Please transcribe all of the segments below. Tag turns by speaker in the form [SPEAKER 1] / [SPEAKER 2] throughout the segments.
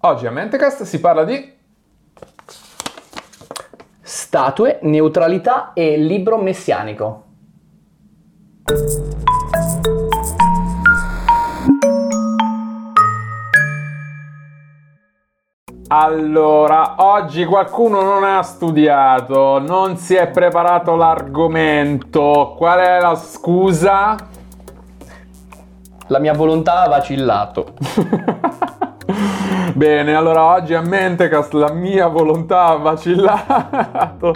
[SPEAKER 1] Oggi a Mentecast si parla di...
[SPEAKER 2] Statue, neutralità e libro messianico.
[SPEAKER 1] Allora, oggi qualcuno non ha studiato, non si è preparato l'argomento. Qual è la scusa?
[SPEAKER 2] La mia volontà ha vacillato.
[SPEAKER 1] Bene, allora oggi a Mentecast la mia volontà ha vacillato.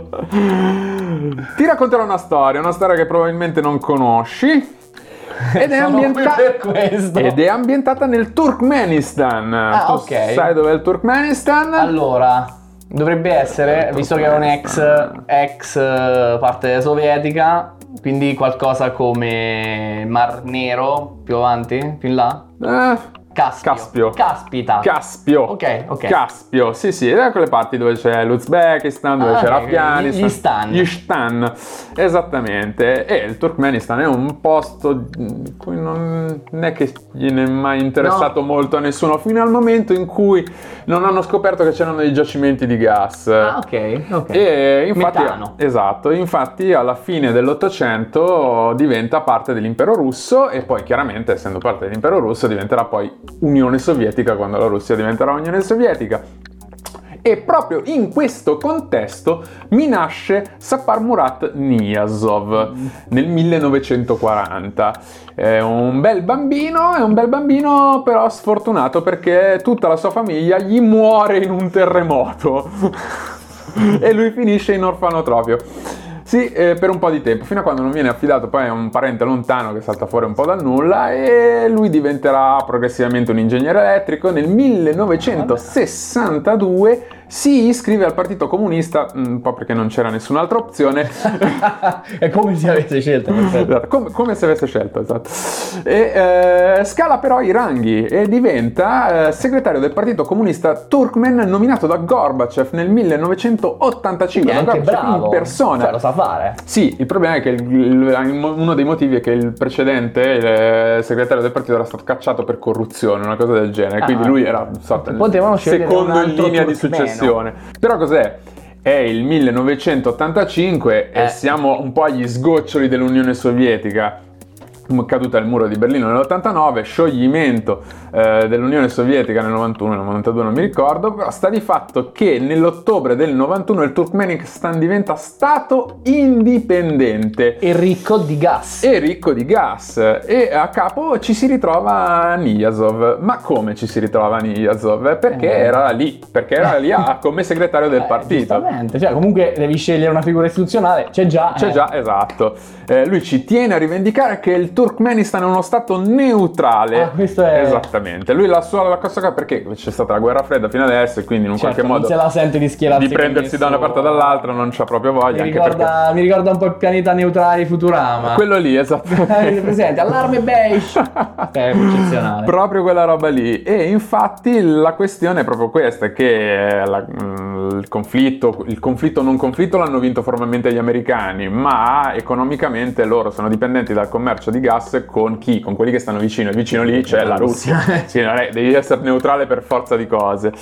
[SPEAKER 1] Ti racconterò una storia, una storia che probabilmente non conosci. Ed è,
[SPEAKER 2] Sono qui
[SPEAKER 1] ambienta-
[SPEAKER 2] per questo.
[SPEAKER 1] ed è ambientata nel Turkmenistan.
[SPEAKER 2] Ah,
[SPEAKER 1] Tu
[SPEAKER 2] ok.
[SPEAKER 1] Sai dov'è il Turkmenistan?
[SPEAKER 2] Allora, dovrebbe essere, visto che è un ex, ex eh, parte sovietica, quindi qualcosa come Mar Nero, più avanti, più in là.
[SPEAKER 1] Eh,
[SPEAKER 2] Caspio.
[SPEAKER 1] Caspio.
[SPEAKER 2] Caspita.
[SPEAKER 1] Caspio.
[SPEAKER 2] Ok, ok.
[SPEAKER 1] Caspio, sì, sì, ed è quelle parti dove c'è l'Uzbekistan, dove
[SPEAKER 2] Ah,
[SPEAKER 1] c'è
[SPEAKER 2] ok,
[SPEAKER 1] l'Afghanistan.
[SPEAKER 2] gli
[SPEAKER 1] Gli
[SPEAKER 2] stan.
[SPEAKER 1] stan, esattamente. E il Turkmenistan è un posto in cui non non è che gliene è mai interessato molto a nessuno, fino al momento in cui non hanno scoperto che c'erano dei giacimenti di gas.
[SPEAKER 2] Ah, ok, ok.
[SPEAKER 1] E infatti,
[SPEAKER 2] Metano.
[SPEAKER 1] esatto, infatti alla fine dell'Ottocento diventa parte dell'impero russo e poi chiaramente essendo parte dell'impero russo diventerà poi Unione Sovietica quando la Russia diventerà Unione Sovietica. E proprio in questo contesto mi nasce Sapar Murat Niyazov
[SPEAKER 2] Mm.
[SPEAKER 1] nel 1940. È un bel bambino, è un bel bambino però sfortunato perché tutta la sua famiglia gli muore in un terremoto e lui finisce in orfanotrofio. Sì, eh, per un po' di tempo, fino a quando non viene affidato poi a un parente lontano che salta fuori un po' dal nulla e lui diventerà progressivamente un ingegnere elettrico. Nel 1962 si iscrive al Partito Comunista, mm, un po' perché non c'era nessun'altra opzione,
[SPEAKER 2] è come se avete scelto. perfetto.
[SPEAKER 1] Esatto, come, come se avesse scelto, esatto. E, eh, scala però i ranghi e diventa eh, segretario del partito comunista Turkmen nominato da Gorbachev nel 1985.
[SPEAKER 2] Quindi è
[SPEAKER 1] da
[SPEAKER 2] anche
[SPEAKER 1] Gorbachev
[SPEAKER 2] bravo.
[SPEAKER 1] in persona.
[SPEAKER 2] Cioè, lo sa fare.
[SPEAKER 1] Sì, il problema è che il- il- uno dei motivi è che il precedente, il eh, segretario del partito, era stato cacciato per corruzione, una cosa del genere.
[SPEAKER 2] Ah.
[SPEAKER 1] Quindi lui era stato
[SPEAKER 2] Potevano scegliere un
[SPEAKER 1] secondo in
[SPEAKER 2] altro
[SPEAKER 1] linea di
[SPEAKER 2] turkmeno.
[SPEAKER 1] successione. Però cos'è? È il 1985 e
[SPEAKER 2] Eh.
[SPEAKER 1] siamo un po' agli sgoccioli dell'Unione Sovietica. Caduta il muro di Berlino nell'89, scioglimento eh, dell'Unione Sovietica nel 91, nel 92 non mi ricordo, però sta di fatto che nell'ottobre del 91 il Turkmenistan diventa stato indipendente
[SPEAKER 2] E ricco di gas.
[SPEAKER 1] e ricco di gas e a capo ci si ritrova Niyazov. Ma come ci si ritrova Niyazov? Perché
[SPEAKER 2] Eh.
[SPEAKER 1] era lì, perché era lì a- come segretario del
[SPEAKER 2] Eh,
[SPEAKER 1] partito.
[SPEAKER 2] giustamente, cioè comunque devi scegliere una figura istituzionale, c'è già.
[SPEAKER 1] C'è
[SPEAKER 2] eh.
[SPEAKER 1] già, esatto. Eh, lui ci tiene a rivendicare che il Turkmenistan è uno stato neutrale.
[SPEAKER 2] Ah, questo è-
[SPEAKER 1] Esattamente. Lui la sua la cosa che- perché c'è stata la guerra fredda fino adesso e quindi in un
[SPEAKER 2] Certo,
[SPEAKER 1] qualche
[SPEAKER 2] non
[SPEAKER 1] modo
[SPEAKER 2] se la sente di schierarsi
[SPEAKER 1] di prendersi
[SPEAKER 2] con
[SPEAKER 1] da una
[SPEAKER 2] nessuno.
[SPEAKER 1] parte o dall'altra non c'ha proprio
[SPEAKER 2] Mi
[SPEAKER 1] voglia. anche perché...
[SPEAKER 2] ricorda, mi ricorda un po' il pianeta neutrale di Futurama.
[SPEAKER 1] Quello lì,
[SPEAKER 2] Avete
[SPEAKER 1] esattamente.
[SPEAKER 2] presente? Eh, Allarme beige! È eccezionale.
[SPEAKER 1] Proprio quella roba lì. E infatti la questione è proprio questa, che eh, la- mh, il conflitto, il conflitto non conflitto l'hanno vinto formalmente gli americani, ma economicamente loro sono dipendenti dal commercio di gas con chi? Con quelli che stanno vicino. E vicino lì c'è la Russia. Sì, non è- devi essere neutrale per forza di cose.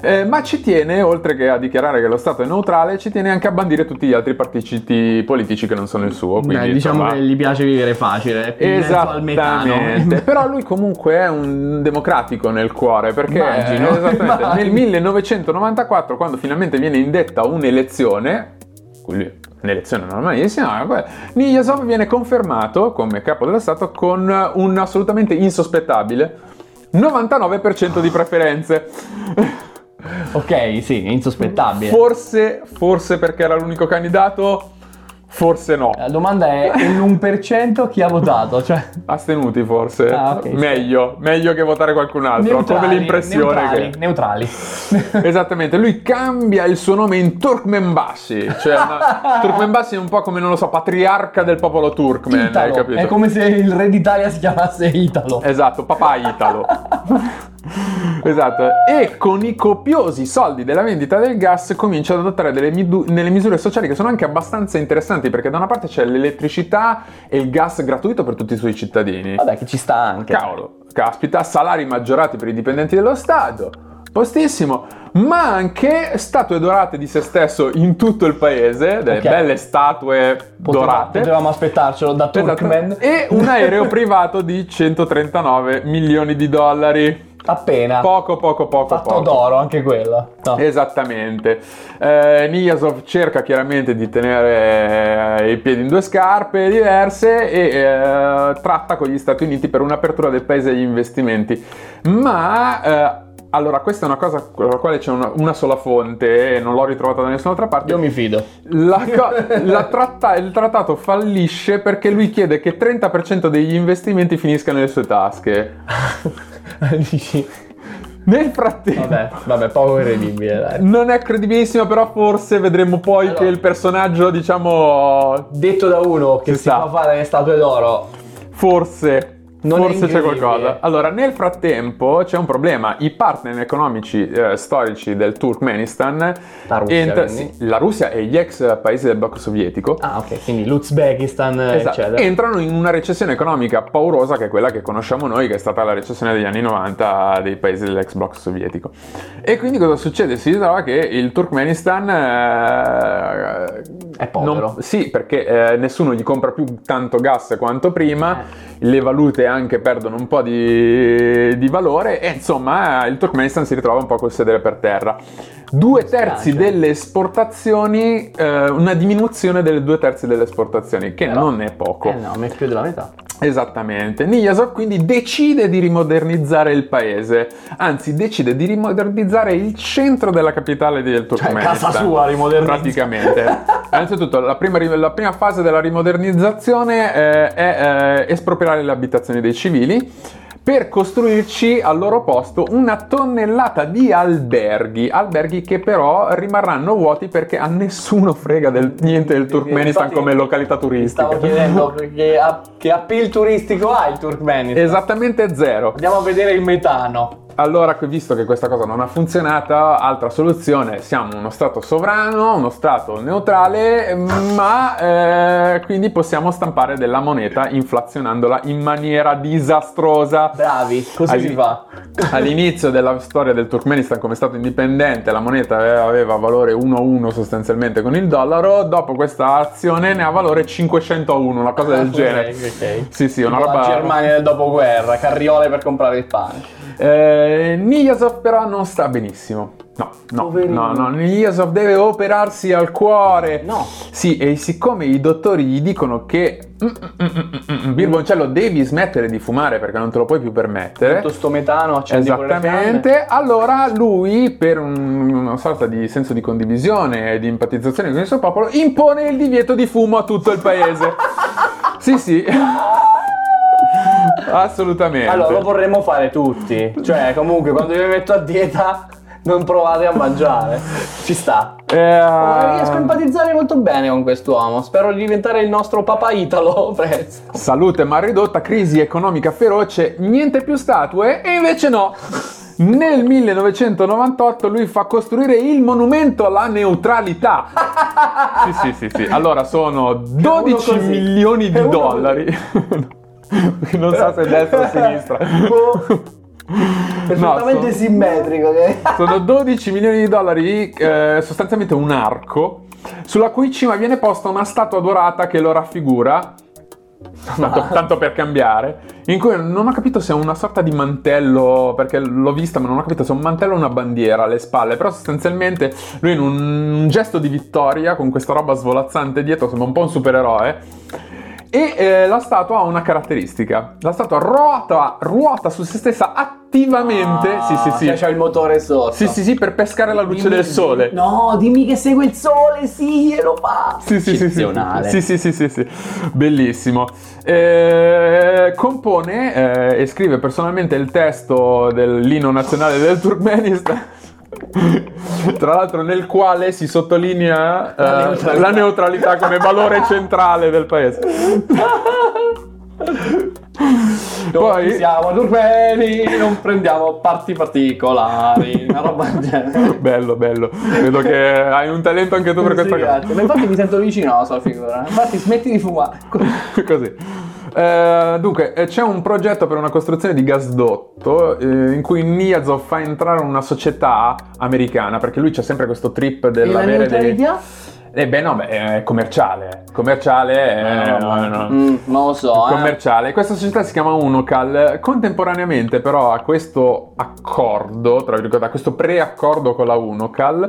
[SPEAKER 1] Eh, ma ci tiene, oltre che a dichiarare che lo Stato è neutrale, ci tiene anche a bandire tutti gli altri partiti politici che non sono il suo. Quindi,
[SPEAKER 2] Beh, diciamo
[SPEAKER 1] insomma,
[SPEAKER 2] che gli piace vivere facile, è più verso al
[SPEAKER 1] Esattamente,
[SPEAKER 2] metano.
[SPEAKER 1] però lui comunque è un democratico nel cuore perché
[SPEAKER 2] Immagino.
[SPEAKER 1] eh, esattamente,
[SPEAKER 2] Immagino.
[SPEAKER 1] nel 1994 quando finalmente viene indetta un'elezione, quindi un'elezione normalissima, eh, Niyazov viene confermato come capo dello Stato con un assolutamente insospettabile 99% di preferenze.
[SPEAKER 2] ok, sì, è insospettabile.
[SPEAKER 1] Forse, forse perché era l'unico candidato, forse no.
[SPEAKER 2] La domanda è, l'1% chi ha votato? Cioè,
[SPEAKER 1] Astenuti forse.
[SPEAKER 2] Ah, ok.
[SPEAKER 1] meglio, meglio che votare qualcun altro. Ho
[SPEAKER 2] neutrali,
[SPEAKER 1] Come l'impressione
[SPEAKER 2] neutrali,
[SPEAKER 1] che.
[SPEAKER 2] neutrali.
[SPEAKER 1] Esattamente, lui cambia il suo nome in Turkmenbashi. Cioè, una- Turkmenbashi è un po' come, non lo so, patriarca del popolo Turkmen, hai
[SPEAKER 2] Italo,
[SPEAKER 1] capito?
[SPEAKER 2] è come se il re d'Italia si chiamasse Italo.
[SPEAKER 1] Esatto, papà Italo. esatto. E con i copiosi soldi della vendita del gas comincia ad adottare delle, midu- delle misure sociali che sono anche abbastanza interessanti perché da una parte c'è l'elettricità e il gas gratuito per tutti i suoi cittadini.
[SPEAKER 2] Vabbè, che Ah, ci sta anche.
[SPEAKER 1] Cavolo, caspita, salari maggiorati per i dipendenti dello Stato, Postissimo. Ma anche statue dorate di se stesso in tutto il paese, delle
[SPEAKER 2] Ok.
[SPEAKER 1] belle statue
[SPEAKER 2] Poteva-
[SPEAKER 1] dorate.
[SPEAKER 2] Potevamo aspettarcelo da
[SPEAKER 1] Esatto.
[SPEAKER 2] Turkmen.
[SPEAKER 1] E un aereo privato di 139 milioni di dollari.
[SPEAKER 2] Appena.
[SPEAKER 1] Poco, poco, poco,
[SPEAKER 2] Ah. Fatto
[SPEAKER 1] poco.
[SPEAKER 2] d'oro anche quello. No.
[SPEAKER 1] Esattamente. Eh, Niyazov cerca chiaramente di tenere eh, i piedi in due scarpe diverse e eh, tratta con gli Stati Uniti per un'apertura del paese agli investimenti. Ma eh, allora, questa è una cosa con la quale c'è una, una sola fonte e non l'ho ritrovata da nessun'altra parte.
[SPEAKER 2] Io mi fido.
[SPEAKER 1] La co- la tratta- il trattato fallisce perché lui chiede che 30% degli investimenti finisca nelle sue tasche.
[SPEAKER 2] Dici,
[SPEAKER 1] Nel frattempo,
[SPEAKER 2] vabbè, vabbè, poco credibile, dai.
[SPEAKER 1] non è credibilissimo, però forse vedremo poi
[SPEAKER 2] Allora.
[SPEAKER 1] che il personaggio, diciamo,
[SPEAKER 2] Detto da uno che
[SPEAKER 1] Ci
[SPEAKER 2] si
[SPEAKER 1] sta.
[SPEAKER 2] fa fare le statue d'oro.
[SPEAKER 1] forse.
[SPEAKER 2] Non è
[SPEAKER 1] Forse c'è
[SPEAKER 2] incredibile.
[SPEAKER 1] qualcosa. Allora, nel frattempo c'è un problema. I partner economici eh, storici del Turkmenistan,
[SPEAKER 2] La Russia,
[SPEAKER 1] entra-
[SPEAKER 2] quindi.
[SPEAKER 1] sì, la Russia e gli ex paesi del blocco sovietico,
[SPEAKER 2] Ah, ok, quindi l'Uzbekistan,
[SPEAKER 1] Esatto,
[SPEAKER 2] eccetera.
[SPEAKER 1] entrano in una recessione economica paurosa che è quella che conosciamo noi, che è stata la recessione degli anni 90 dei paesi dell'ex blocco sovietico. E quindi cosa succede? Si trova che il Turkmenistan eh,
[SPEAKER 2] È povero.
[SPEAKER 1] non- sì, perché eh, nessuno gli compra più tanto gas quanto
[SPEAKER 2] Eh.
[SPEAKER 1] prima, le valute anche perdono un po' di, di valore e insomma il Turkmenistan si ritrova un po' col sedere per terra. Due terzi
[SPEAKER 2] dispiace.
[SPEAKER 1] delle esportazioni, eh, una diminuzione delle due terzi delle esportazioni, che
[SPEAKER 2] Però-
[SPEAKER 1] non è poco.
[SPEAKER 2] Eh no, mi è più della metà. Cioè,
[SPEAKER 1] Esattamente. Niyazov quindi decide di rimodernizzare il paese, anzi decide di rimodernizzare il centro della capitale del
[SPEAKER 2] Cioè,
[SPEAKER 1] Turkmenistan.
[SPEAKER 2] casa sua rimodernizza.
[SPEAKER 1] Praticamente. Innanzitutto, la prima, ri- la prima fase della rimodernizzazione eh, è eh, espropriare le abitazioni dei civili per costruirci al loro posto una tonnellata di alberghi, alberghi che però rimarranno vuoti perché a nessuno frega del- niente del Turkmenistan
[SPEAKER 2] Infatti,
[SPEAKER 1] come località turistica.
[SPEAKER 2] Stavo chiedendo che, che appeal turistico ha il Turkmenistan.
[SPEAKER 1] Esattamente zero.
[SPEAKER 2] Andiamo a vedere il metano.
[SPEAKER 1] Allora, qui, visto che questa cosa non ha funzionata, altra soluzione, siamo uno stato sovrano, uno stato neutrale, ma eh, quindi possiamo stampare della moneta inflazionandola in maniera disastrosa.
[SPEAKER 2] Bravi, così
[SPEAKER 1] All'in-
[SPEAKER 2] si fa.
[SPEAKER 1] All'inizio della storia del Turkmenistan come stato indipendente la moneta aveva- aveva valore 1 a 1 sostanzialmente con il dollaro, dopo questa azione ne ha valore 500 a 1, una cosa del
[SPEAKER 2] Ah, Ok,
[SPEAKER 1] genere.
[SPEAKER 2] ok.
[SPEAKER 1] Sì, sì, una
[SPEAKER 2] Tipo
[SPEAKER 1] roba...
[SPEAKER 2] La Germania del dopoguerra, carriole per comprare il pane.
[SPEAKER 1] Eh, Niyazov però non sta benissimo. No, no, no,
[SPEAKER 2] Poverino.
[SPEAKER 1] no, Niyazov deve operarsi al cuore.
[SPEAKER 2] No.
[SPEAKER 1] Sì, e siccome i dottori gli dicono che "Mm, mm, mm, mm, mm, Birboncello devi smettere di fumare perché non te lo puoi più permettere.
[SPEAKER 2] Tutto sto metano, accendi pure le fiamme.
[SPEAKER 1] Esattamente, allora lui per un- una sorta di senso di condivisione e di empatizzazione con il suo popolo impone il divieto di fumo a tutto il paese. sì, sì. Assolutamente.
[SPEAKER 2] Allora, lo vorremmo fare tutti. Cioè, comunque, quando vi metto a dieta, non provate a mangiare. Ci sta.
[SPEAKER 1] Eh,
[SPEAKER 2] Riesco a empatizzare molto bene con quest'uomo. Spero di diventare il nostro papà Italo presto.
[SPEAKER 1] Salute mal ridotta, crisi economica feroce, niente più statue e invece no. Nel 1998 lui fa costruire il monumento alla neutralità. Sì, sì, sì, sì. Allora sono 12
[SPEAKER 2] così.
[SPEAKER 1] milioni
[SPEAKER 2] È
[SPEAKER 1] di
[SPEAKER 2] uno
[SPEAKER 1] dollari. non so se è destra o sinistra.
[SPEAKER 2] Boh. Perfettamente
[SPEAKER 1] No, so-
[SPEAKER 2] simmetrico. che-
[SPEAKER 1] Sono 12 milioni di dollari, eh, sostanzialmente un arco, sulla cui cima viene posta una statua dorata che lo raffigura. Tanto, tanto per cambiare, in cui non ho capito se è una sorta di mantello, perché l'ho vista, ma non ho capito se è un mantello o una bandiera alle spalle. Però sostanzialmente lui in un, un gesto di vittoria, con questa roba svolazzante dietro, sembra un po' un supereroe. E eh, la statua ha una caratteristica: la statua ruota, ruota su se stessa attivamente.
[SPEAKER 2] Ah,
[SPEAKER 1] sì, sì, sì.
[SPEAKER 2] cioè c'ha il motore sotto.
[SPEAKER 1] Sì, sì, sì, per pescare la luce del sole.
[SPEAKER 2] No, dimmi che segue il sole, sì, e lo fa.
[SPEAKER 1] Sì, sì, sì, sì.
[SPEAKER 2] Eccezionale.
[SPEAKER 1] Sì, sì, sì, sì, sì. Bellissimo. Eh, compone eh, e scrive personalmente il testo dell'inno nazionale del Turkmenistan. Tra l'altro nel quale si sottolinea eh,
[SPEAKER 2] La neutralità.
[SPEAKER 1] la neutralità come valore centrale del paese.
[SPEAKER 2] Noi
[SPEAKER 1] Poi-
[SPEAKER 2] siamo turmeni, non prendiamo parti particolari, una roba del genere.
[SPEAKER 1] Bello, bello. Vedo che hai un talento anche tu per
[SPEAKER 2] Sì,
[SPEAKER 1] questa cosa.
[SPEAKER 2] grazie. Ma infatti mi sento vicino alla sua figura. Infatti smetti di fumare.
[SPEAKER 1] Così. Eh, dunque, eh, c'è un progetto per una costruzione di gasdotto eh, in cui Niazov fa entrare una società americana, perché lui c'è sempre questo trip
[SPEAKER 2] E la
[SPEAKER 1] dell'avere dei...
[SPEAKER 2] neutralità?
[SPEAKER 1] Eh beh no, beh, è commerciale. Commerciale è...
[SPEAKER 2] Mm, non lo so, eh.
[SPEAKER 1] commerciale. Questa società si chiama Unocal. Contemporaneamente, però, a questo accordo, tra virgolette, a questo preaccordo con la Unocal,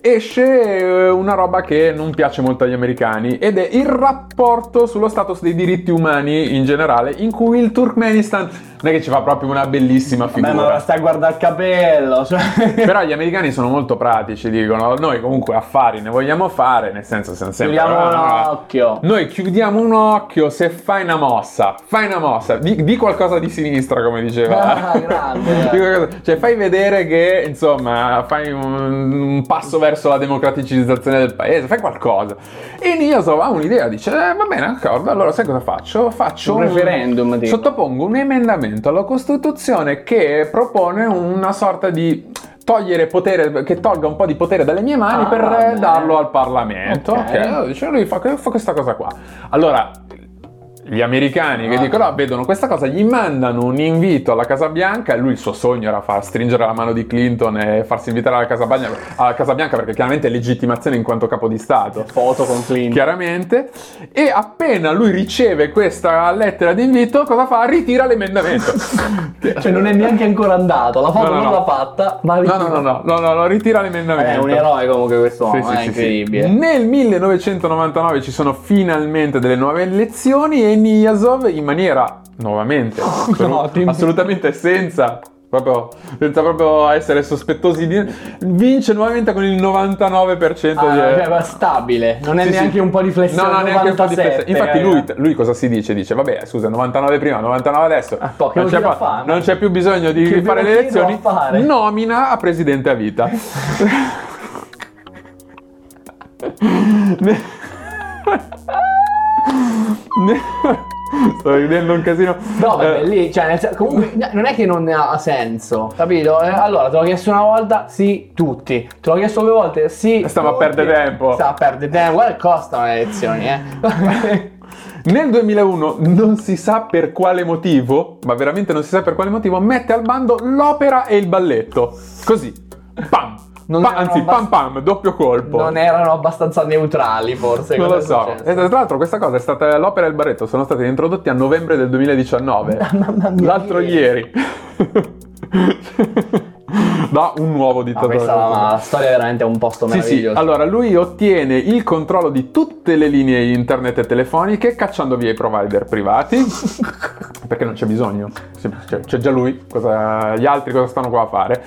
[SPEAKER 1] esce eh, una roba che non piace molto agli americani ed è il rapporto sullo status dei diritti umani in generale, in cui il Turkmenistan non è che ci fa proprio una bellissima
[SPEAKER 2] Beh,
[SPEAKER 1] figura.
[SPEAKER 2] ma stai a guardare il capello, cioè...
[SPEAKER 1] Però gli americani sono molto pratici, dicono: noi comunque affari ne vogliamo fare, nel senso siamo sempre.
[SPEAKER 2] Chiudiamo
[SPEAKER 1] "Ah, no,
[SPEAKER 2] un
[SPEAKER 1] no".
[SPEAKER 2] occhio.
[SPEAKER 1] Noi chiudiamo un occhio se fai una mossa, fai una mossa, di, di qualcosa di sinistra come diceva.
[SPEAKER 2] Ah, grande.
[SPEAKER 1] Di qualcosa- cioè fai vedere che insomma fai un, un passo verso la democraticizzazione del paese, fai qualcosa. E Niasov ha un'idea, dice "Eh, va bene, d'accordo, allora sai cosa faccio? Faccio
[SPEAKER 2] Un referendum, tipo.
[SPEAKER 1] Sottopongo un emendamento alla Costituzione che propone una sorta di togliere potere, che tolga un po' di potere dalle mie mani
[SPEAKER 2] Ah,
[SPEAKER 1] per
[SPEAKER 2] vabbè.
[SPEAKER 1] darlo al Parlamento.
[SPEAKER 2] Ok.
[SPEAKER 1] Ok, allora dice, lui fa, fa questa cosa qua. Allora, gli americani che
[SPEAKER 2] Ah.
[SPEAKER 1] dicono, "Ah, vedono questa cosa, gli mandano un invito alla Casa Bianca. Lui il suo sogno era far stringere la mano di Clinton e farsi invitare alla Casa Bagna- alla Casa Bianca perché chiaramente è legittimazione in quanto capo di Stato
[SPEAKER 2] Foto con Clint.
[SPEAKER 1] chiaramente. E appena lui riceve questa lettera d'invito, cosa fa? Ritira l'emendamento.
[SPEAKER 2] Cioè, non è neanche ancora andato, la foto
[SPEAKER 1] No, no,
[SPEAKER 2] non
[SPEAKER 1] no.
[SPEAKER 2] l'ha fatta, ma...
[SPEAKER 1] No, no, no, no, no, no, no, ritira l'emendamento.
[SPEAKER 2] Eh, È un eroe comunque questo uomo,
[SPEAKER 1] Sì, sì,
[SPEAKER 2] è
[SPEAKER 1] sì, sì.
[SPEAKER 2] incredibile.
[SPEAKER 1] Nel 1999 ci sono finalmente delle nuove elezioni e Niyazov in maniera nuovamente assolu-
[SPEAKER 2] No, dimmi.
[SPEAKER 1] assolutamente senza proprio senza proprio essere sospettosi di vince nuovamente con il 99%
[SPEAKER 2] Ah,
[SPEAKER 1] di
[SPEAKER 2] cioè, ma stabile, non è
[SPEAKER 1] Sì, sì.
[SPEAKER 2] neanche un po' di flessione.
[SPEAKER 1] No, no, neanche un po' di
[SPEAKER 2] 97,
[SPEAKER 1] flessione. Infatti,
[SPEAKER 2] raga.
[SPEAKER 1] lui, lui cosa si dice? Dice: Vabbè, scusa, 99 prima, 99 adesso.
[SPEAKER 2] Ah, po' che
[SPEAKER 1] non,
[SPEAKER 2] lo
[SPEAKER 1] c'è
[SPEAKER 2] tira
[SPEAKER 1] pa-
[SPEAKER 2] a fare,
[SPEAKER 1] non
[SPEAKER 2] ma-
[SPEAKER 1] c'è più bisogno di
[SPEAKER 2] Che
[SPEAKER 1] fare
[SPEAKER 2] ve
[SPEAKER 1] le
[SPEAKER 2] lo tiro a
[SPEAKER 1] elezioni.
[SPEAKER 2] fare.
[SPEAKER 1] Nomina a presidente a vita. Ne- Ne- Sto ridendo un casino.
[SPEAKER 2] No,
[SPEAKER 1] Eh,
[SPEAKER 2] vabbè, lì, cioè, nel sen- comunque, no, non è che non ha senso, capito? Eh, Allora, te l'ho chiesto una volta, sì, tutti. Te l'ho chiesto due volte, sì.
[SPEAKER 1] Stiamo a
[SPEAKER 2] tutti.
[SPEAKER 1] perdere tempo.
[SPEAKER 2] Stiamo a perdere tempo, guarda, costano le elezioni, eh.
[SPEAKER 1] Nel 2001, non si sa per quale motivo, ma veramente non si sa per quale motivo, mette al bando l'opera e il balletto. Così, pam!
[SPEAKER 2] Non
[SPEAKER 1] Pa-
[SPEAKER 2] erano
[SPEAKER 1] anzi, pam
[SPEAKER 2] abbast-
[SPEAKER 1] pam, doppio colpo.
[SPEAKER 2] non erano abbastanza neutrali, forse.
[SPEAKER 1] Non
[SPEAKER 2] cosa
[SPEAKER 1] lo
[SPEAKER 2] è
[SPEAKER 1] so.
[SPEAKER 2] successo.
[SPEAKER 1] E tra l'altro questa cosa è stata l'opera e il barretto sono stati introdotti a novembre del 2019.
[SPEAKER 2] Mamma mia.
[SPEAKER 1] L'altro ieri. da un nuovo
[SPEAKER 2] Ah,
[SPEAKER 1] dittatore.
[SPEAKER 2] questa è una, una storia veramente un posto
[SPEAKER 1] Sì, sì,
[SPEAKER 2] meraviglioso.
[SPEAKER 1] allora lui ottiene il controllo di tutte le linee internet e telefoniche cacciando via i provider privati. perché non c'è bisogno, Sì, c'è, c'è già lui, cosa- gli altri cosa stanno qua a fare.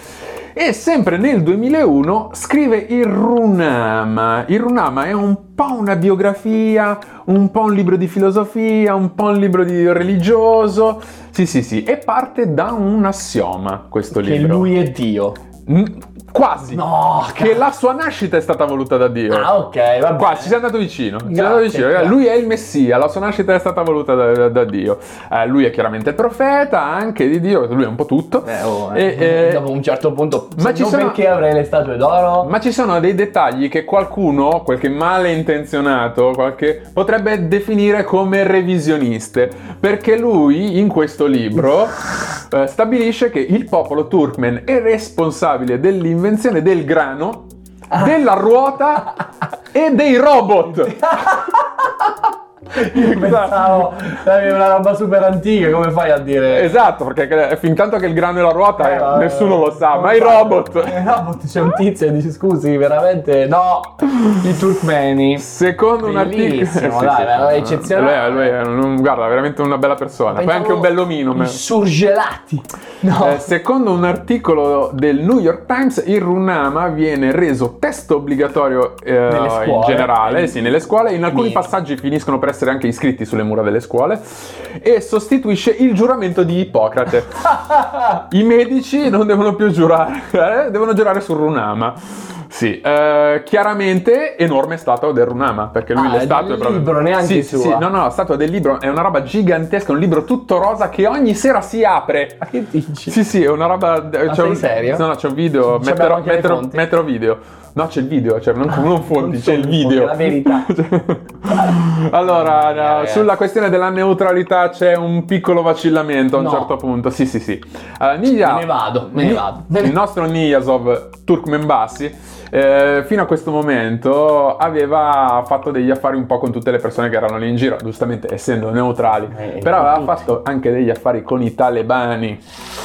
[SPEAKER 1] E sempre nel 2001 scrive il Runama. Il Runama è un po' una biografia, un po' un libro di filosofia, un po' un libro di religioso. Sì, sì, sì, e parte da un assioma questo
[SPEAKER 2] Che
[SPEAKER 1] libro.
[SPEAKER 2] lui è Dio.
[SPEAKER 1] Mm, Quasi
[SPEAKER 2] No,
[SPEAKER 1] che la sua nascita è stata voluta da Dio.
[SPEAKER 2] Ah, ok, va
[SPEAKER 1] Qua ci sei andato vicino, ci sei
[SPEAKER 2] Grazie,
[SPEAKER 1] andato vicino.
[SPEAKER 2] grazie.
[SPEAKER 1] Lui è il Messia, la sua nascita è stata voluta da, da- da Dio. Eh, lui è chiaramente profeta anche di Dio, lui è un po' tutto.
[SPEAKER 2] Eh, oh,
[SPEAKER 1] E,
[SPEAKER 2] eh,
[SPEAKER 1] eh,
[SPEAKER 2] dopo un certo punto,
[SPEAKER 1] ma
[SPEAKER 2] ma
[SPEAKER 1] ci sono-
[SPEAKER 2] perché avrei le statue d'oro?
[SPEAKER 1] Ma ci sono dei dettagli che qualcuno, qualche malintenzionato, qualche, potrebbe definire come revisioniste, perché lui in questo libro eh, stabilisce che il popolo turkmen è responsabile dell'invenzione del grano,
[SPEAKER 2] Ah.
[SPEAKER 1] della ruota e dei robot.
[SPEAKER 2] Io pensavo avevi una roba super antica, come fai a dire?
[SPEAKER 1] Esatto, perché che- fin tanto che il grano e la ruota eh,
[SPEAKER 2] Eh,
[SPEAKER 1] nessuno lo sa,
[SPEAKER 2] non
[SPEAKER 1] ma i
[SPEAKER 2] fate.
[SPEAKER 1] robot.
[SPEAKER 2] I robot c'è un tizio e dice scusi, veramente no, i turkmeni.
[SPEAKER 1] Secondo un articolo...
[SPEAKER 2] Bellissimo, dai, ma è eccezionale.
[SPEAKER 1] Lui è, lui è un- guarda, veramente una bella persona. Poi anche un bell'omino.
[SPEAKER 2] I
[SPEAKER 1] ma-
[SPEAKER 2] surgelati. No.
[SPEAKER 1] Eh, secondo un articolo del New York Times, il runama viene reso testo obbligatorio eh, in
[SPEAKER 2] scuole.
[SPEAKER 1] generale, sì, nelle scuole, in alcuni
[SPEAKER 2] Minimo.
[SPEAKER 1] passaggi finiscono per essere anche iscritti sulle mura delle scuole e sostituisce il giuramento di Ippocrate. I medici non devono più giurare, eh, devono giurare sul runama. Sì, eh, chiaramente enorme statua del Runama, perché lui
[SPEAKER 2] Ah,
[SPEAKER 1] le
[SPEAKER 2] è
[SPEAKER 1] statue
[SPEAKER 2] del
[SPEAKER 1] proprio...
[SPEAKER 2] libro, neanche
[SPEAKER 1] sì,
[SPEAKER 2] sua.
[SPEAKER 1] Sì, no, no, la statua del libro è una roba gigantesca, un libro tutto rosa che ogni sera si apre.
[SPEAKER 2] Ma che dici?
[SPEAKER 1] Sì, sì, è una roba... c'è
[SPEAKER 2] sei
[SPEAKER 1] un,
[SPEAKER 2] serio?
[SPEAKER 1] No, no, c'è un video,
[SPEAKER 2] Ci abbiamo
[SPEAKER 1] metterò,
[SPEAKER 2] anche le
[SPEAKER 1] metterò-
[SPEAKER 2] fonti?
[SPEAKER 1] metterò video. No, c'è il video, cioè non, non fonti,
[SPEAKER 2] Non
[SPEAKER 1] c'è
[SPEAKER 2] sono
[SPEAKER 1] il
[SPEAKER 2] fonti,
[SPEAKER 1] video. Cioè,
[SPEAKER 2] è la verità.
[SPEAKER 1] allora, eh,
[SPEAKER 2] Mamma mia, ragazzi.
[SPEAKER 1] sulla questione della neutralità c'è un piccolo vacillamento a un
[SPEAKER 2] No.
[SPEAKER 1] certo punto. Sì, sì, sì. Allora, Nija-
[SPEAKER 2] Me ne vado, me ne
[SPEAKER 1] Ni-
[SPEAKER 2] vado.
[SPEAKER 1] Il nostro Niyazov Turkmenbassi eh, fino a questo momento aveva fatto degli affari un po' con tutte le persone che erano lì in giro, giustamente essendo neutrali,
[SPEAKER 2] Eh,
[SPEAKER 1] però
[SPEAKER 2] con
[SPEAKER 1] aveva
[SPEAKER 2] tutti.
[SPEAKER 1] fatto anche degli affari con i talebani.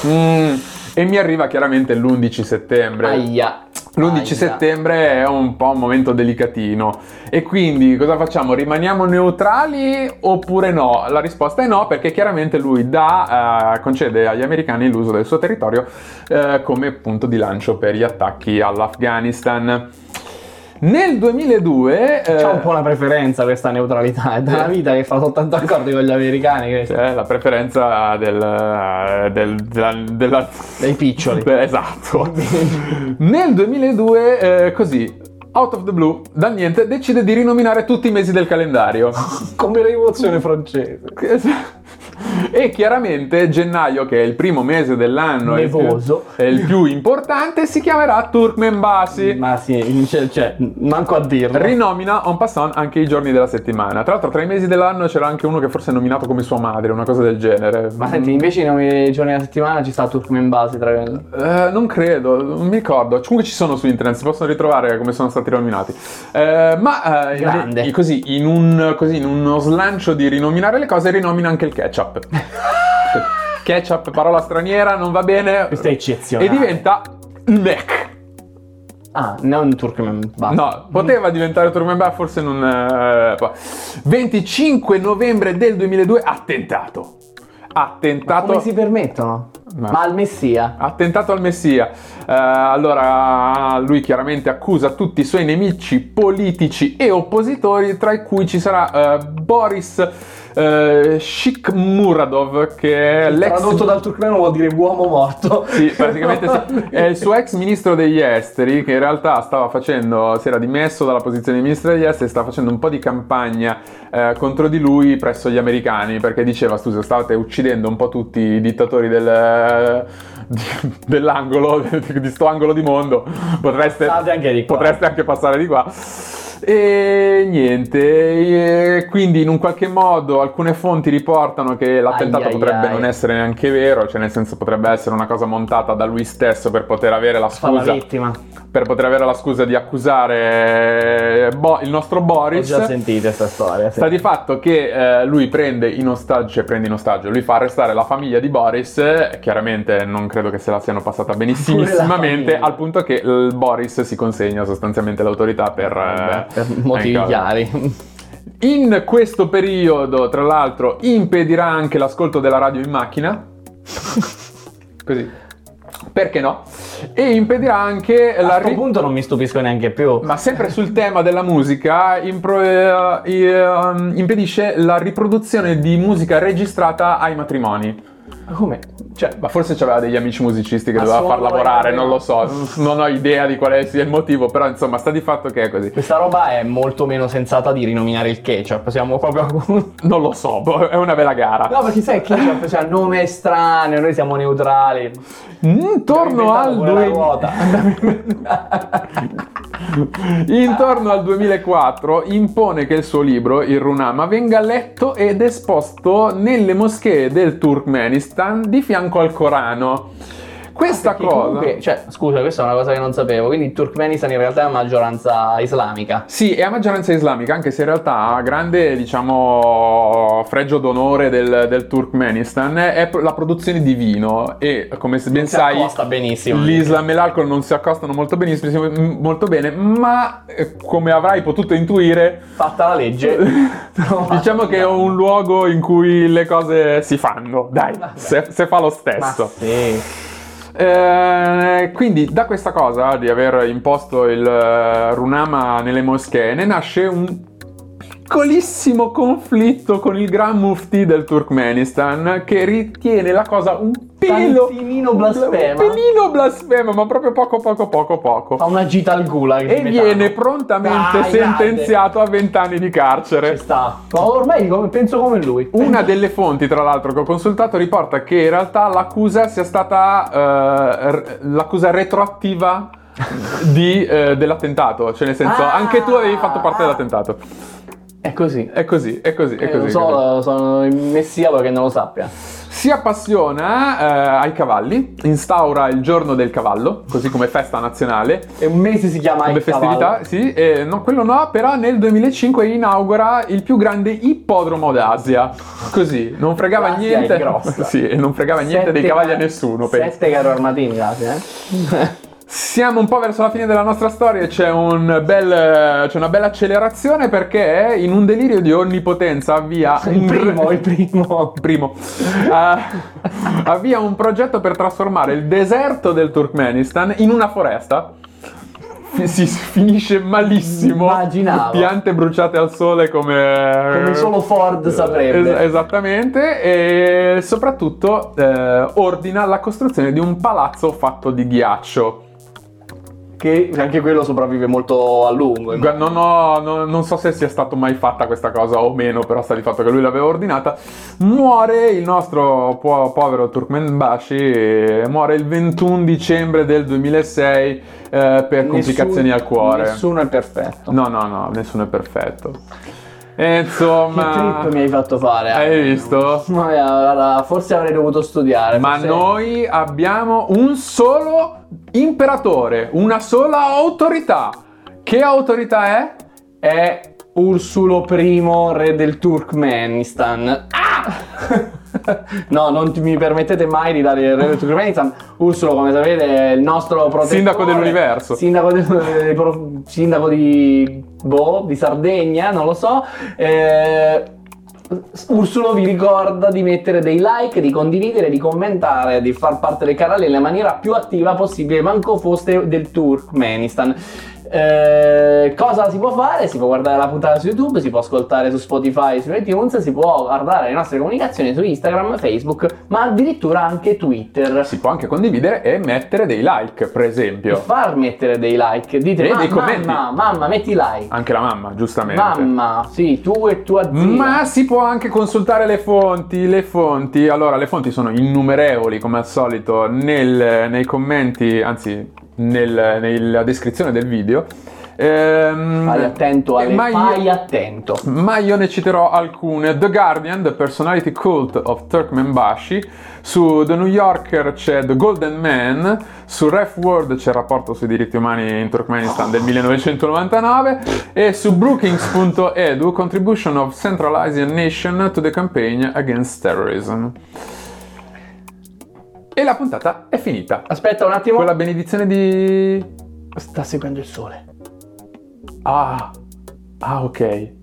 [SPEAKER 1] Mm, E mi arriva chiaramente l'11 settembre.
[SPEAKER 2] Aia.
[SPEAKER 1] L'11
[SPEAKER 2] Aia.
[SPEAKER 1] settembre è un po' un momento delicatino e quindi cosa facciamo? Rimaniamo neutrali oppure no? La risposta è no perché chiaramente lui dà, eh, concede agli americani l'uso del suo territorio eh, come punto di lancio per gli attacchi all'Afghanistan. Nel 2002... eh,
[SPEAKER 2] C'è un po' una preferenza questa neutralità, è dalla vita che fa soltanto accordi con gli americani, questo.
[SPEAKER 1] c'è eh, la preferenza del, eh, del- della- della-
[SPEAKER 2] dei piccioli.
[SPEAKER 1] Beh, esatto. Nel 2002, eh, così, out of the blue, dal niente, decide di rinominare tutti i mesi del calendario.
[SPEAKER 2] Come la rivoluzione francese.
[SPEAKER 1] E chiaramente gennaio, che è il primo mese dell'anno e il più-
[SPEAKER 2] Nevoso.
[SPEAKER 1] è il più importante, si chiamerà Turkmenbasi.
[SPEAKER 2] Ma sì, cioè, cioè, manco a dirlo.
[SPEAKER 1] Rinomina en passant anche i giorni della settimana. Tra l'altro, tra i mesi dell'anno c'era anche uno che forse è nominato come sua madre, una cosa del genere.
[SPEAKER 2] Ma senti, invece i nomi dei giorni della settimana ci sta Turkmen Base tra
[SPEAKER 1] Eh, non credo, non mi ricordo. Comunque ci sono su internet, si possono ritrovare come sono stati rinominati. Eh, ma eh, in-
[SPEAKER 2] Grande.
[SPEAKER 1] così, in un- così, in uno slancio di rinominare le cose, rinomina anche il ketchup. ketchup, parola straniera, non va bene.
[SPEAKER 2] Questo è eccezionale.
[SPEAKER 1] E diventa Mac.
[SPEAKER 2] Ah, non Turkmen Base.
[SPEAKER 1] No, poteva diventare Turmemba, forse non. eh, poi. 25 novembre del 2002, attentato. Attentato.
[SPEAKER 2] Come si permettono?
[SPEAKER 1] Ma-
[SPEAKER 2] Ma al Messia.
[SPEAKER 1] Attentato al Messia. Eh, allora, lui chiaramente accusa tutti i suoi nemici politici e oppositori, tra cui ci sarà eh, Boris eh, Shikhmuradov, che è Cioè, l'ex.
[SPEAKER 2] Tradotto dal turkmeno vuol dire uomo morto.
[SPEAKER 1] Sì, praticamente sì. È il suo ex ministro degli esteri che in realtà stava facendo, si era dimesso dalla posizione di ministro degli esteri, stava facendo un po' di campagna eh, contro di lui presso gli americani perché diceva, scusa, stavate uccidendo un po' tutti i dittatori del- di- dell'angolo, di sto angolo di mondo, potreste,
[SPEAKER 2] State anche di qua.
[SPEAKER 1] potreste anche passare di qua. E niente, e quindi in un qualche modo alcune fonti riportano che l'attentato
[SPEAKER 2] Ai, ai,
[SPEAKER 1] potrebbe
[SPEAKER 2] ai.
[SPEAKER 1] non essere neanche vero, cioè nel senso potrebbe essere una cosa montata da lui stesso per poter avere la
[SPEAKER 2] Fa la
[SPEAKER 1] scusa,
[SPEAKER 2] vittima.
[SPEAKER 1] per poter avere la scusa di accusare eh, Bo- il nostro
[SPEAKER 2] Ho
[SPEAKER 1] Boris.
[SPEAKER 2] già sentito questa storia. sì.
[SPEAKER 1] Sta di fatto che eh, lui prende in ostaggio, cioè prende in ostaggio, lui fa arrestare la famiglia di Boris, eh, chiaramente non credo che se la siano passata benissimamente,
[SPEAKER 2] famiglia.
[SPEAKER 1] al punto che il Boris si consegna sostanzialmente all'autorità per,
[SPEAKER 2] Vabbè,
[SPEAKER 1] eh,
[SPEAKER 2] per motivi
[SPEAKER 1] causa.
[SPEAKER 2] chiari.
[SPEAKER 1] In questo periodo, tra l'altro, impedirà anche l'ascolto della radio in macchina. Così. Perché no? E impedirà anche
[SPEAKER 2] A
[SPEAKER 1] la
[SPEAKER 2] questo punto non mi stupisco neanche più.
[SPEAKER 1] ma sempre sul tema della musica, impro- eh, eh, um, impedisce la riproduzione di musica registrata ai matrimoni.
[SPEAKER 2] Ma come?
[SPEAKER 1] Cioè, ma forse c'aveva degli amici musicisti che
[SPEAKER 2] Ma eh.
[SPEAKER 1] doveva far
[SPEAKER 2] solo ai
[SPEAKER 1] lavorare, non
[SPEAKER 2] matrimoni.
[SPEAKER 1] lo so, non ho idea di quale sia il motivo, però insomma sta di fatto che è così.
[SPEAKER 2] Questa roba è molto meno sensata di rinominare il ketchup. Siamo proprio. no,
[SPEAKER 1] Non lo so, boh, è una bella gara.
[SPEAKER 2] perché sai, il ketchup c'ha nome straneo, noi siamo neutrali.
[SPEAKER 1] Mm, Torno al
[SPEAKER 2] Abbiamo inventato
[SPEAKER 1] due-
[SPEAKER 2] pure la
[SPEAKER 1] Intorno al 2004 impone che il suo libro, il Runama, venga letto ed esposto nelle moschee del Turkmenistan di fianco al Corano. Questa
[SPEAKER 2] Perché
[SPEAKER 1] cosa...
[SPEAKER 2] comunque- cioè, scusa, questa è una cosa che non sapevo. Quindi il Turkmenistan in realtà è una maggioranza islamica.
[SPEAKER 1] Sì, è a maggioranza islamica, anche se in realtà ha grande, diciamo, fregio d'onore del, del Turkmenistan è pro- la produzione di vino e, come ben
[SPEAKER 2] Non si
[SPEAKER 1] sai,
[SPEAKER 2] accosta benissimo.
[SPEAKER 1] L'Islam e l'alcol non si accostano molto benissimo, molto bene, ma eh, come avrai potuto intuire,
[SPEAKER 2] Fatta la legge.
[SPEAKER 1] diciamo che è un luogo in cui le cose si fanno, dai,
[SPEAKER 2] Vabbè.
[SPEAKER 1] se, se fa lo
[SPEAKER 2] Ma
[SPEAKER 1] stesso.
[SPEAKER 2] sì.
[SPEAKER 1] Eh, quindi da questa cosa di aver imposto il eh, runama nelle moschee ne nasce un piccolissimo conflitto con il Gran Mufti del Turkmenistan che ritiene la cosa un pelo.
[SPEAKER 2] Tantinino blasfema.
[SPEAKER 1] Un pelino blasfema, ma proprio poco, poco, poco, poco.
[SPEAKER 2] Fa una gita al gulag. di
[SPEAKER 1] E
[SPEAKER 2] metano.
[SPEAKER 1] viene prontamente
[SPEAKER 2] Dai,
[SPEAKER 1] sentenziato a 20 anni di
[SPEAKER 2] grande.
[SPEAKER 1] carcere.
[SPEAKER 2] Ci sta. Ma ormai come- penso come lui.
[SPEAKER 1] Una delle fonti, tra l'altro, che ho consultato riporta che in realtà l'accusa sia stata eh, r- l'accusa retroattiva di, eh, dell'attentato. Cioè, nel senso,
[SPEAKER 2] Ah.
[SPEAKER 1] anche tu avevi fatto parte dell'attentato.
[SPEAKER 2] È così.
[SPEAKER 1] È così, è così, è
[SPEAKER 2] Eh,
[SPEAKER 1] così.
[SPEAKER 2] lo
[SPEAKER 1] è
[SPEAKER 2] so,
[SPEAKER 1] così.
[SPEAKER 2] sono il messia perché non lo sappia.
[SPEAKER 1] Si appassiona eh, ai cavalli, instaura il giorno del cavallo, così come festa nazionale.
[SPEAKER 2] E un mese si chiama
[SPEAKER 1] Come
[SPEAKER 2] il cavallo.
[SPEAKER 1] festività, sì, eh, no, quello no, però nel 2005 inaugura il più grande ippodromo d'Asia. Così, non fregava
[SPEAKER 2] L'Asia è
[SPEAKER 1] niente.
[SPEAKER 2] grossa.
[SPEAKER 1] Sì, e non fregava niente
[SPEAKER 2] Sette
[SPEAKER 1] dei cavalli a
[SPEAKER 2] ca-
[SPEAKER 1] nessuno. penso.
[SPEAKER 2] Sette carro armati in casa, eh.
[SPEAKER 1] Siamo un po' verso la fine della nostra storia e c'è, un bel- c'è una bella accelerazione perché in un delirio di onnipotenza avvia
[SPEAKER 2] il
[SPEAKER 1] un-
[SPEAKER 2] primo, il primo.
[SPEAKER 1] il primo. Ah, avvia un progetto per trasformare il deserto del Turkmenistan in una foresta. Fi- Si finisce malissimo.
[SPEAKER 2] Immaginavo.
[SPEAKER 1] Piante bruciate al sole come.
[SPEAKER 2] Come solo Ford saprebbe.
[SPEAKER 1] Eh, Es- esattamente. E soprattutto eh, ordina la costruzione di un palazzo fatto di ghiaccio.
[SPEAKER 2] Che anche quello sopravvive molto a lungo.
[SPEAKER 1] Gu- Non, ho- non- non so se sia stato mai fatta questa cosa o meno, però sta di fatto che lui l'aveva ordinata. Muore il nostro po- povero Turkmenbashi, eh, muore il 21 dicembre del 2006 eh, per complicazioni
[SPEAKER 2] Nessun-
[SPEAKER 1] al cuore.
[SPEAKER 2] Nessuno è perfetto.
[SPEAKER 1] No, no, no, nessuno è perfetto. E insomma...
[SPEAKER 2] Che trip mi hai fatto fare? eh?
[SPEAKER 1] Hai visto?
[SPEAKER 2] Ma guarda, forse avrei dovuto studiare.
[SPEAKER 1] Ma
[SPEAKER 2] forse-
[SPEAKER 1] noi abbiamo un solo imperatore, una sola autorità. Che autorità è?
[SPEAKER 2] È Ursulo I, re del Turkmenistan. Ah! no, non ti- mi permettete mai di dare il re del Turkmenistan. Ursulo, come sapete, è il nostro protettore.
[SPEAKER 1] Sindaco dell'universo.
[SPEAKER 2] Sindaco, de- eh, pro- sindaco di... Boh, di Sardegna, non lo so. Eh, Ursulo vi ricorda di mettere dei like, di condividere, di commentare, di far parte del canale nella maniera più attiva possibile, manco foste del Turkmenistan. Eh, cosa si può fare? Si può guardare la puntata su YouTube, si può ascoltare su Spotify, su iTunes, si può guardare le nostre comunicazioni su Instagram, Facebook, ma addirittura anche Twitter.
[SPEAKER 1] Si può anche condividere e mettere dei like, per
[SPEAKER 2] E
[SPEAKER 1] esempio.
[SPEAKER 2] far mettere dei like, dite
[SPEAKER 1] E
[SPEAKER 2] "Ma-
[SPEAKER 1] dei commenti."
[SPEAKER 2] mamma, mamma, metti like.
[SPEAKER 1] Anche la mamma, giustamente.
[SPEAKER 2] Mamma, sì, tu e tua zia.
[SPEAKER 1] Ma si può anche consultare le fonti, le fonti, allora le fonti sono innumerevoli come al solito nel- nei commenti, anzi nel- nella descrizione del video. Ehm,
[SPEAKER 2] Fai attento alle
[SPEAKER 1] ma io-
[SPEAKER 2] fai attento.
[SPEAKER 1] ma io ne citerò alcune. The Guardian, The Personality Cult of Turkmenbashi, su The New Yorker c'è The Golden Man, su Ref World c'è il rapporto sui diritti umani in Turkmenistan del 1999 e su Brookings.edu Contribution of Central Asian Nation to the Campaign Against Terrorism. E la puntata è finita.
[SPEAKER 2] Aspetta un attimo.
[SPEAKER 1] Con la benedizione di...
[SPEAKER 2] Sta seguendo il sole.
[SPEAKER 1] Ah, ah ok.